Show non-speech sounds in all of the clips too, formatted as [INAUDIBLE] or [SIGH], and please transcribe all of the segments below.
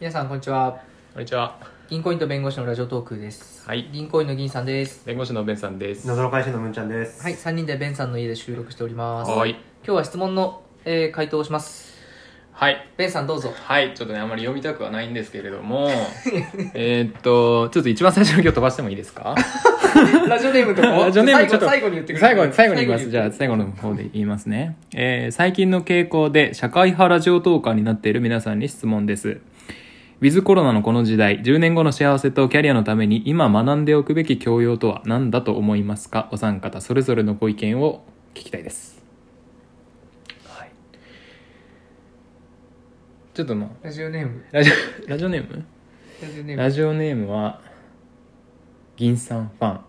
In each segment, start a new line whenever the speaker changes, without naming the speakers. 皆さんこんにちは
こんにちは。
銀行員と弁護士のラジオトークです、
はい
銀行員の銀さんです
弁護士のベンさんです。
謎の会社のむんちゃんです。
はい3人でベンさんの家で収録しております今
はい。
日は質問の、えー回答をします
はい。
ベンさん
[LAUGHS]
どうぞ
はい。ちょっとね、あまり読みたくはないんですけれど [LAUGHS] も、えーっと、ちょっと一番最初の今日飛ばしてもいいですか
ラジオネームとか
[LAUGHS] ラジオネームちょっと
最後に言ってくれ
最後に、最後に言います。じ
最
ゃあ、
後
最後の方で言いますね。えー最近の傾向で社会派ラジオトーカーになっている皆さんに質問です。ウィズコロナのこの時代、10年後の幸せとキャリアのために今学んでおくべき教養とは何だと思いますかお三方それぞれのご意見を聞きたいです。はい。ちょっとまあ、
ラジオネーム
ラジオ、ラジオネーム
ラジオネーム
ラジオネームは、銀さんファン。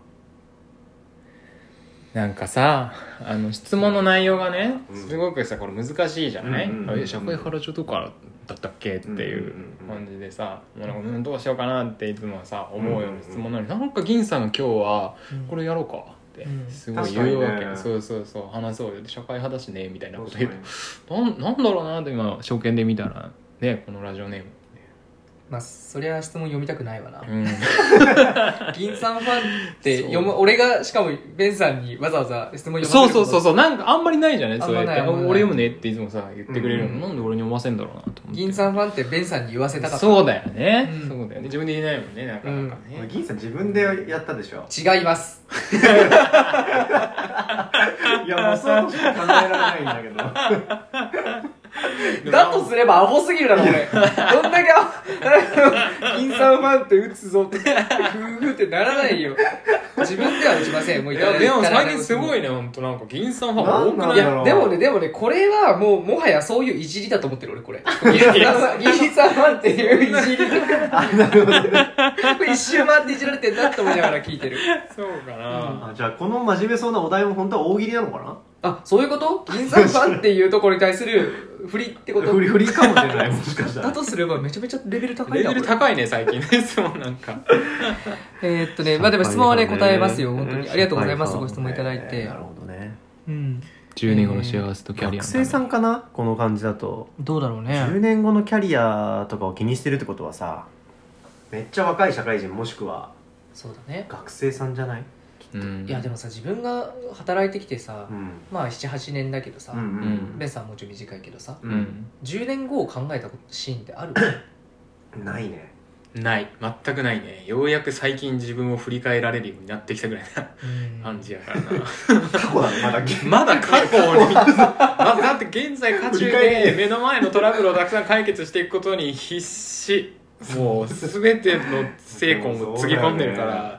なんかさ、あの、質問の内容がね、
うん
すごくさ、これ難しいじゃない、
うんうんうんうん
え社会派ラジオとかだったっけっていう
うんうんうん
感じでさ、なんかうんどうしようかなっていつもさ、思うような質問なのに、
う
なんか銀さんが今日は、
うん
これやろうかって
うん、
すごい言うわ
確
け、
かにね
そうそうそう、話そうよ。社会派だしね、みたいな
どう
こ
し
と
たら
言
いういの
と。なんなんだろうなって今、証券で見たら、ね、このラジオネー
[LAUGHS]
ム。
まあそりゃ質問読みたくないわな
うん
銀さんファンって読む
そ
俺がしかもベンさんにわざわざ質問読
そ
ま
う
せる
そうそう
う
そうなんかあんまりないじゃないそ
あ
れって
んまないあんまない
俺読むねっていつもさ言ってくれるの、
うん
なんで俺に読ませんだろうなと思って
銀さんファンってベンさんに言わせたかった
そうだよね、
うん
そうだよね自分で言えないもんねなかなか
俺
ね、
銀さん自分でやったでしょ
違います
いやもうそうとしか考えられないん [LAUGHS] だ
だとすればアホすぎるだろ俺どんだけアホ [LAUGHS] 銀さんファンって打つぞってふうふうってならないよ自分では打ちませんもう
い
い
やでも最近すごい
ね
ね本当なんか銀さんファン多くない
ないんだ
や
ろう
でもねでもねこれはもうもはやそういういじりだと思ってる俺これ銀さんファンっていういじりこれ一周回っていじられてんなって思いながら聞いてる
そうかな、
けどあじゃあこの真面目そうなお題も本当は大喜利なのか
あそういうこと銀さんファンっていうところに対する振りってこ
な
と
フリフリかもしれないもしかした
だ
ら
とすればめちゃめちゃレベル高い
レ
な
ベル
これ
高いね最近
[LAUGHS]
ねそうなんか
えーっとね、まあでも質問はね、
社会
答
派ね
えますよ、本当に。ありがとうございます、
社
ご
会
質問いただい
えー
て
な。るほどね
うん。
10年後の幸せとキャリア
学
の
生さんかなこの感じだと
どうだろう
10。年後のキャリアとかを気にしてるってことはさめっちゃ若い社会人もしくは
そうだね。
学生さんじゃない
うん
いや、でもさ、自分が働いてきてさ
う、ん
まあ7、8年だけどさ
う、ん
ベンさんもうちょい短いけどさ、
う
うんん、
10年後を考えたシーンってある
ないね
ない全くないねようやく最近自分を振り返られるようになってきたぐらいな
うん
感じやからな
過去だねま
ま
だ
だ過去を見まだだって現在渦中 [LAUGHS] で目の前のトラブルをたくさん解決していくことに必死もう全ての精魂をつぎ込んでるから、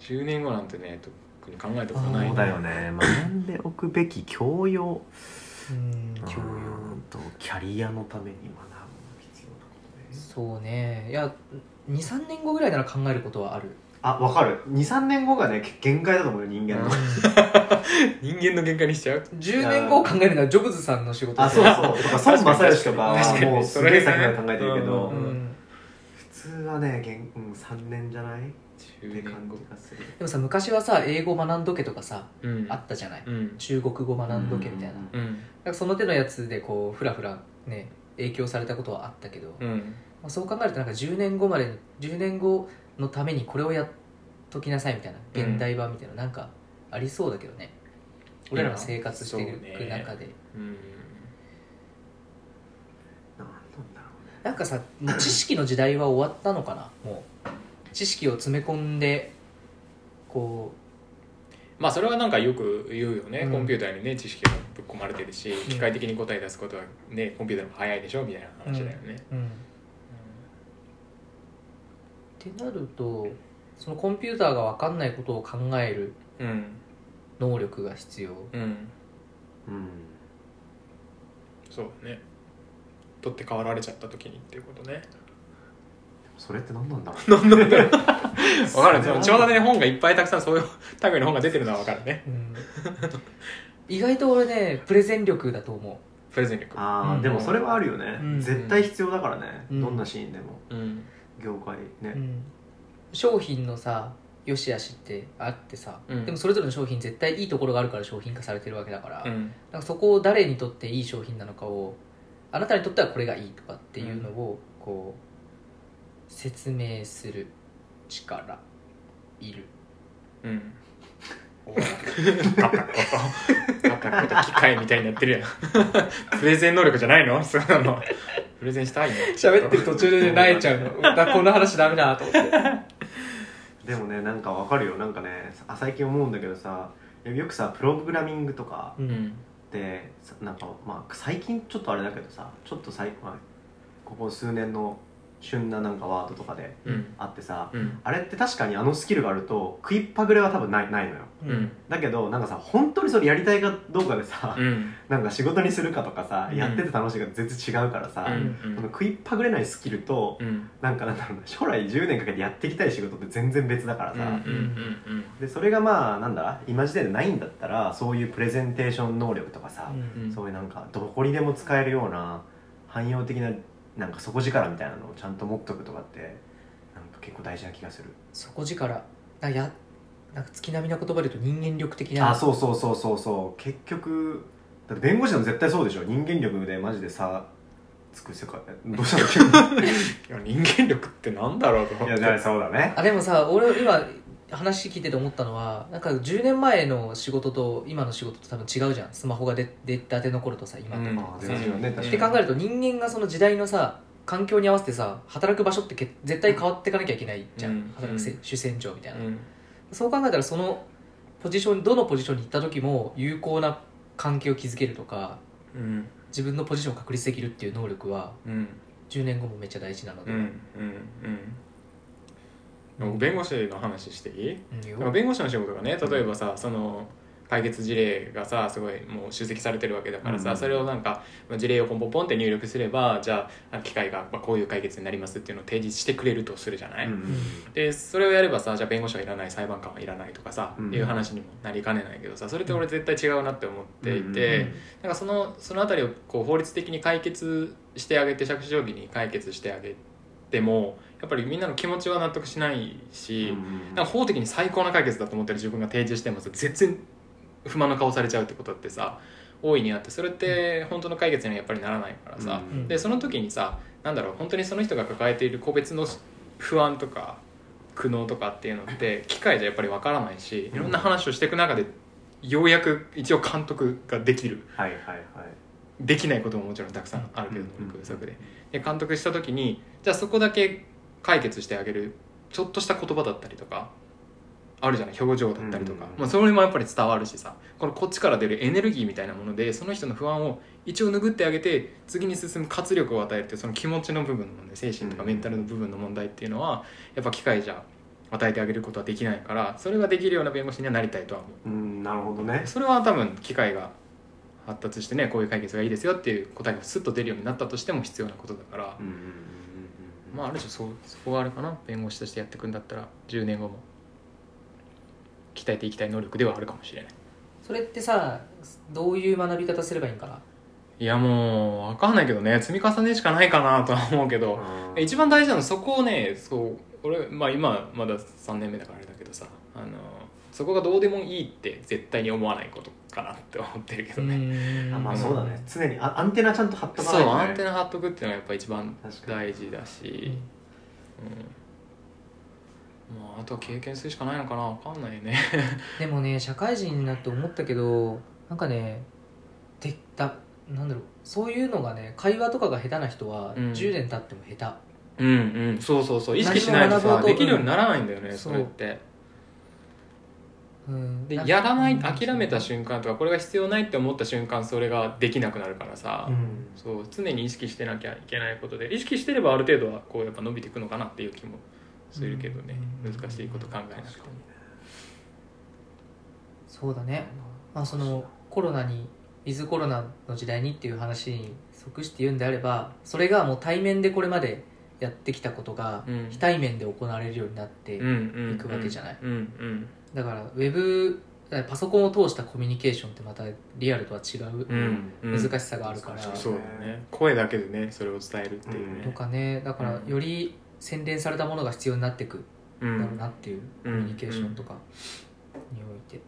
10年後なんてね特に考えたことない
そうだよね学んでおくべき教養
うん、教
教
養。
養とキャリアのために学ぶ必要なことね
そうね。いや、2、3年後ぐらいなら考えることはある。
あわかる23年後がねけ限界だと思うよ人間の
人間の限界にしちゃう
[LAUGHS] 10年後を考えるのはジョブズさんの仕事
あそうそうとか孫正義とか
確かに
もうすげえ先まで考えてるけ
う
ど
うん
普通はね限、うん、3年じゃないって
10
感
年後
じがする
でもさ、昔はさ、英語学んどけとかさ、
うん
あったじゃない
うん
中国語学んどけみたいな,、
うん
うん
なんかその手のやつでこうふらふらね影響されたことはあったけど、ま
うん
あ、そう考えるとなんか10年後まで10年後のためにこれをやっときなさいみたいな
うん
現代版みたいな、なんかありそうだけどね俺らの生活してい
そう
く
ね
中で、
うん
なんだろうね
なんかさもう知識の時代は終わったのかなもう知識を詰め込んでこ
まあそれはなんかよく言うよね、
うん
コンピューターにね知識がぶっ込まれてるし機械的に答え出すことはねコンピューターの方が早いでしょみたいな話だよね、
う、ってなるとそのコンピューターが分かんないことを考える
うん
能力が必要
うん
うん
そうだね取って代わられちゃった時にっていうことね
それって何なんだろう
何なんだろう [LAUGHS] わかる
それ
ねちょうどね本がいっぱいたくさんそういう類の本が出てるのはわかるね
意外と俺ねプレゼン力だと思
プレゼン力
ああ、
うん
でもそれはあるよね、
うん
絶対必要だからね、
うん
どんなシーンでも
うん
業界
う、
ね、
商品のさ良し悪しってあってさ、
うん
でもそれぞれの商品絶対いいところがあるから商品化されてるわけだから,、
う
なん
ん
かそこを誰にとっていい商品なのかをあなたにとってはこれがいいとかっていうのをこう説明する力いる
うん
お
ガタコとガタコと機械みたいになってるやんプレゼン能力じゃないのそんなのプレゼンしたいの
[LAUGHS] 喋ってる途中で泣いちゃう [LAUGHS] のだこの話ダメだなと思って
でもねなんかわかるよなんかねあ最近思うんだけどさよくさプログラミングとか
う
うんん
でさなんかまあ最近ちょっとあれだけどさちょっとさい、まあ、ここ数年の旬ななんかワードとかで
うん
あってさ
うん
あれって確かにあのスキルがあると食いっぱぐれは多分ないないのよ
うん
だけどなんかさ本当にそれやりたいかどうかでさ、
うん
なんか仕事にするかとかさ、
うん
やってて楽しいか全然違うからさ、
うん
その食いっぱぐれないスキルと、
うん
なんかなんだろうな将来10年かけてやっていきたい仕事って全然別だから
うんう
さ、
んうん
でそれがまあなんだ今時点でないんだったらそういうプレゼンテーション能力とかさ、
うん
そういうなんかどこにでも使えるような汎用的ななんか底力みたいなのをちゃんと持っとくとかってなんか結構大事な気がする、
底力なんかやなんか月並みな言葉で言うと人間力的な
あそうそうそうそうそう結局だって弁護士でも絶対そうでしょ人間力でマジで差つく
[LAUGHS]
世界どうしたの急 [LAUGHS] に
いや人間力ってなんだろうと思っ
い
て
やだからそうだね
あでもさ俺今話聞いてて思ったのはなんか10年前の仕事と今の仕事と多分違うじゃんスマホが出出たての頃とさ今と
うん
あ全然違うね
うん
確
っ
か
て
に
考えると人間がその時代のさ環境に合わせてさ働く場所ってけ絶対変わっていかなきゃいけないじゃん、
うん
働くせ
うん
主戦場みたいな、
うん
そう考えたらそのポジションどのポジションに行った時も有効な関係を築けるとか
うん
自分のポジションを確立できるっていう能力は
うん
10年後もめっちゃ大事なので、
うんうんうん弁護士の話していい
うんいいよ
なんか弁護士の仕事がね例えばさその解決事例がさすごいもう集積されてるわけだからさ、
うん
それをなんかまあ事例をポンポンポンって入力すればじゃあ機械がまあこういう解決になりますっていうのを提示してくれるとするじゃない、
うん
でそれをやればさじゃあ弁護士はいらない裁判官はいらないとかさ、
うん
いう話にもなりかねないけどさそれって俺絶対違うなって思っていて、
うん
なんかそのその辺りをこう法律的に解決してあげて着手定規に解決してあげてもやっぱりみんなの気持ちは納得しないし、
うん
なんか法的に最高な解決だと思ってる自分が提示してもさ全然不満の顔されちゃうってことってさ大いにあってそれって本当の解決にはやっぱりならないからさ、
うん
でその時にさなんだろう本当にその人が抱えている個別の不安とか苦悩とかっていうのって機械じゃやっぱりわからないしいろんな話をしていく中でようやく一応監督ができる
はいはいはい
できないことももちろんたくさんあるけど
うん
能力不足でで監督した時にじゃあそこだけ解決してあげるちょっとした言葉だったりとかあるじゃない表情だったりとか、
うん
まあ、それもやっぱり伝わるしさこのこっちから出るエネルギーみたいなものでその人の不安を一応拭ってあげて次に進む活力を与えるっていうその気持ちの部分の問題精神とかメンタルの部分の問題っていうのはやっぱ機械じゃ与えてあげることはできないからそれができるような弁護士にはなりたいとは思う。
うんなるほどね
それは多分機械が発達してねこういう解決がいいですよっていう答えがスッと出るようになったとしても必要なことだから、
うんうんうんうん
まあある種そうそこがあるかな弁護士としてやっていくんだったら10年後も鍛えていきたい能力ではあるかもしれない
それってさどういう学び方すればいいんかない
やもう分かんないけどね積み重ねしかないかなとは思うけど、
うん
一番大事なのそこをねそう俺、まあ、今まだ3年目だからあれだけどさあのそこがどうでもいいって絶対に思わないことかなって思ってるけどね、
あまあ
ん
そうだね常にあアンテナちゃんと張っとか
そ
ないうと
ア
ね
ンテナ張っとくっていうのがやっぱ一番
確かに
大事だし、うんまあ、あとは経験するしかないのかなわかんないね
でもね社会人になって思ったけどなんかねでだなんだろうそういうのがね会話とかが下手な人は
うん
10年経っても下
うんうんそうそうそう意識しないと
何
さ
も学ぼうと
できるようにならないんだよね
そ
そうれって
手、うん、
で
んか
やらな
う
い
ん
諦めた瞬間とかこれが必要ないって思った瞬間それができなくなるからさ、
うん
そう常に意識してなきゃいけないことで意識してればある程度はこうやっぱ伸びていくのかなっていう気もするけどね、
うん
難しいこと考えなくても
そうだね、まあ、そのコロナにウィズコロナの時代にっていう話に即して言うんであればそれがもう対面でこれまでやってきたことが
うん
非対面で行われるようになって、
うんうん
行くわけじゃない
うんうん
だからウェブパソコンを通したコミュニケーションってまたリアルとは違う
うんうん
難しさがあるから、
難し
そうだね声だけでねそれを伝えるっていう
と
ね、
かねだから
うん
より洗練されたものが必要になってく
うん
だろうなっていうコ
うん
ミュニケーションとかにおいて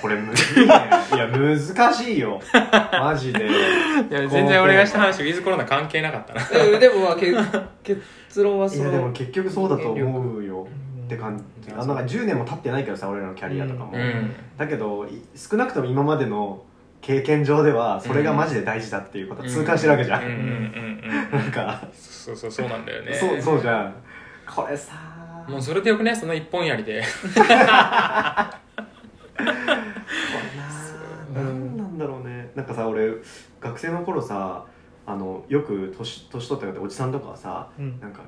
これむずいねいや難し
[LAUGHS]
いよマジで
いや全然俺がした話ウィズコロナ関係なかったな
え [LAUGHS] でもまあけ [LAUGHS] 結論はいそ
やでも
の
結局そうだと思うよって感じあなんか10年も経ってないけどさ俺らのキャリアとかも、
うん
だけどい少なくとも今までの経験上ではそれがマジで大事だっていうことは痛感してるわけじゃん、
うんうんうんうん
なんか、
そうそうそうなんだよね
そうそうじゃんこれさ
もうそれでよくねその一本やりで
これな何なんだろうねなんかさ俺学生の頃さあのよく年年取った方おじさんとかはさ
うん
なんか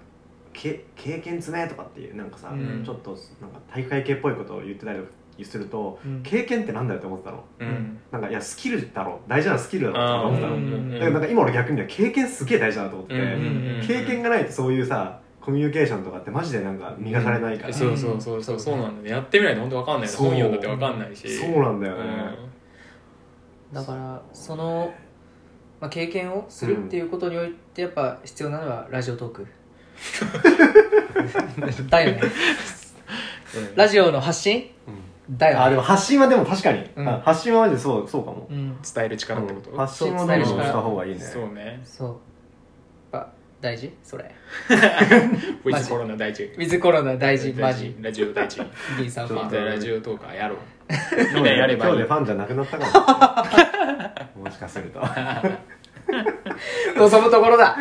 け経験詰めとかっていうなんかさ、
うん
ちょっとなんか大会系っぽいことを言ってたりとかすると
うん
経験ってなんだよって思ってたの
うん
なんかいやスキルだろ大事なスキルだ
あ
ろ
あ
って思
う
っ
ん
て
う
たの、
んうん
だからなんか今俺逆にね経験すげえ大事だなと思ってて、
うんうんうん
経験がないとそういうさコミュニケーションとかってマジでなんか磨かれないから、
え
そ
そううそうそうそうそうなんだねやってみないと本当わかんないよね
そう
本読んだってわかんないし
なんだよね、
だからその、まあ、経験をするっていうことにおいてやっぱ必要なのはラジオト
[LAUGHS]
ークだよね
うん
ラジオの発信だ
あ
よ
で
ね
も発信はでも確かに、
うん
あ発信はマジでそうそうかも、
うん
伝える力ってこと
発信はでもした方がいいね
そうね
そうやっぱ大事それ
ウィズコロナ大事
ウィズコロナ大事マジ
ラジオ大事み
リンさんフ
ち
ァ
ょっ
ン
と
たいなラジオとかやろうみんな
今日で
やればいい
今日でファンじゃなくなったかももしかすると
望むところ [LAUGHS] だ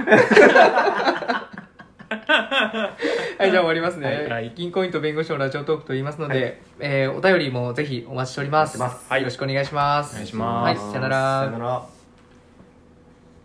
はいじゃあ終わりますね、
はいはい
銀行員と弁護士のラジオトークと言いますので、
は
えーお便りもぜひお待ちしております
待ってます
はいよろしくお願いします
お願いします
はいさよなら
さよなら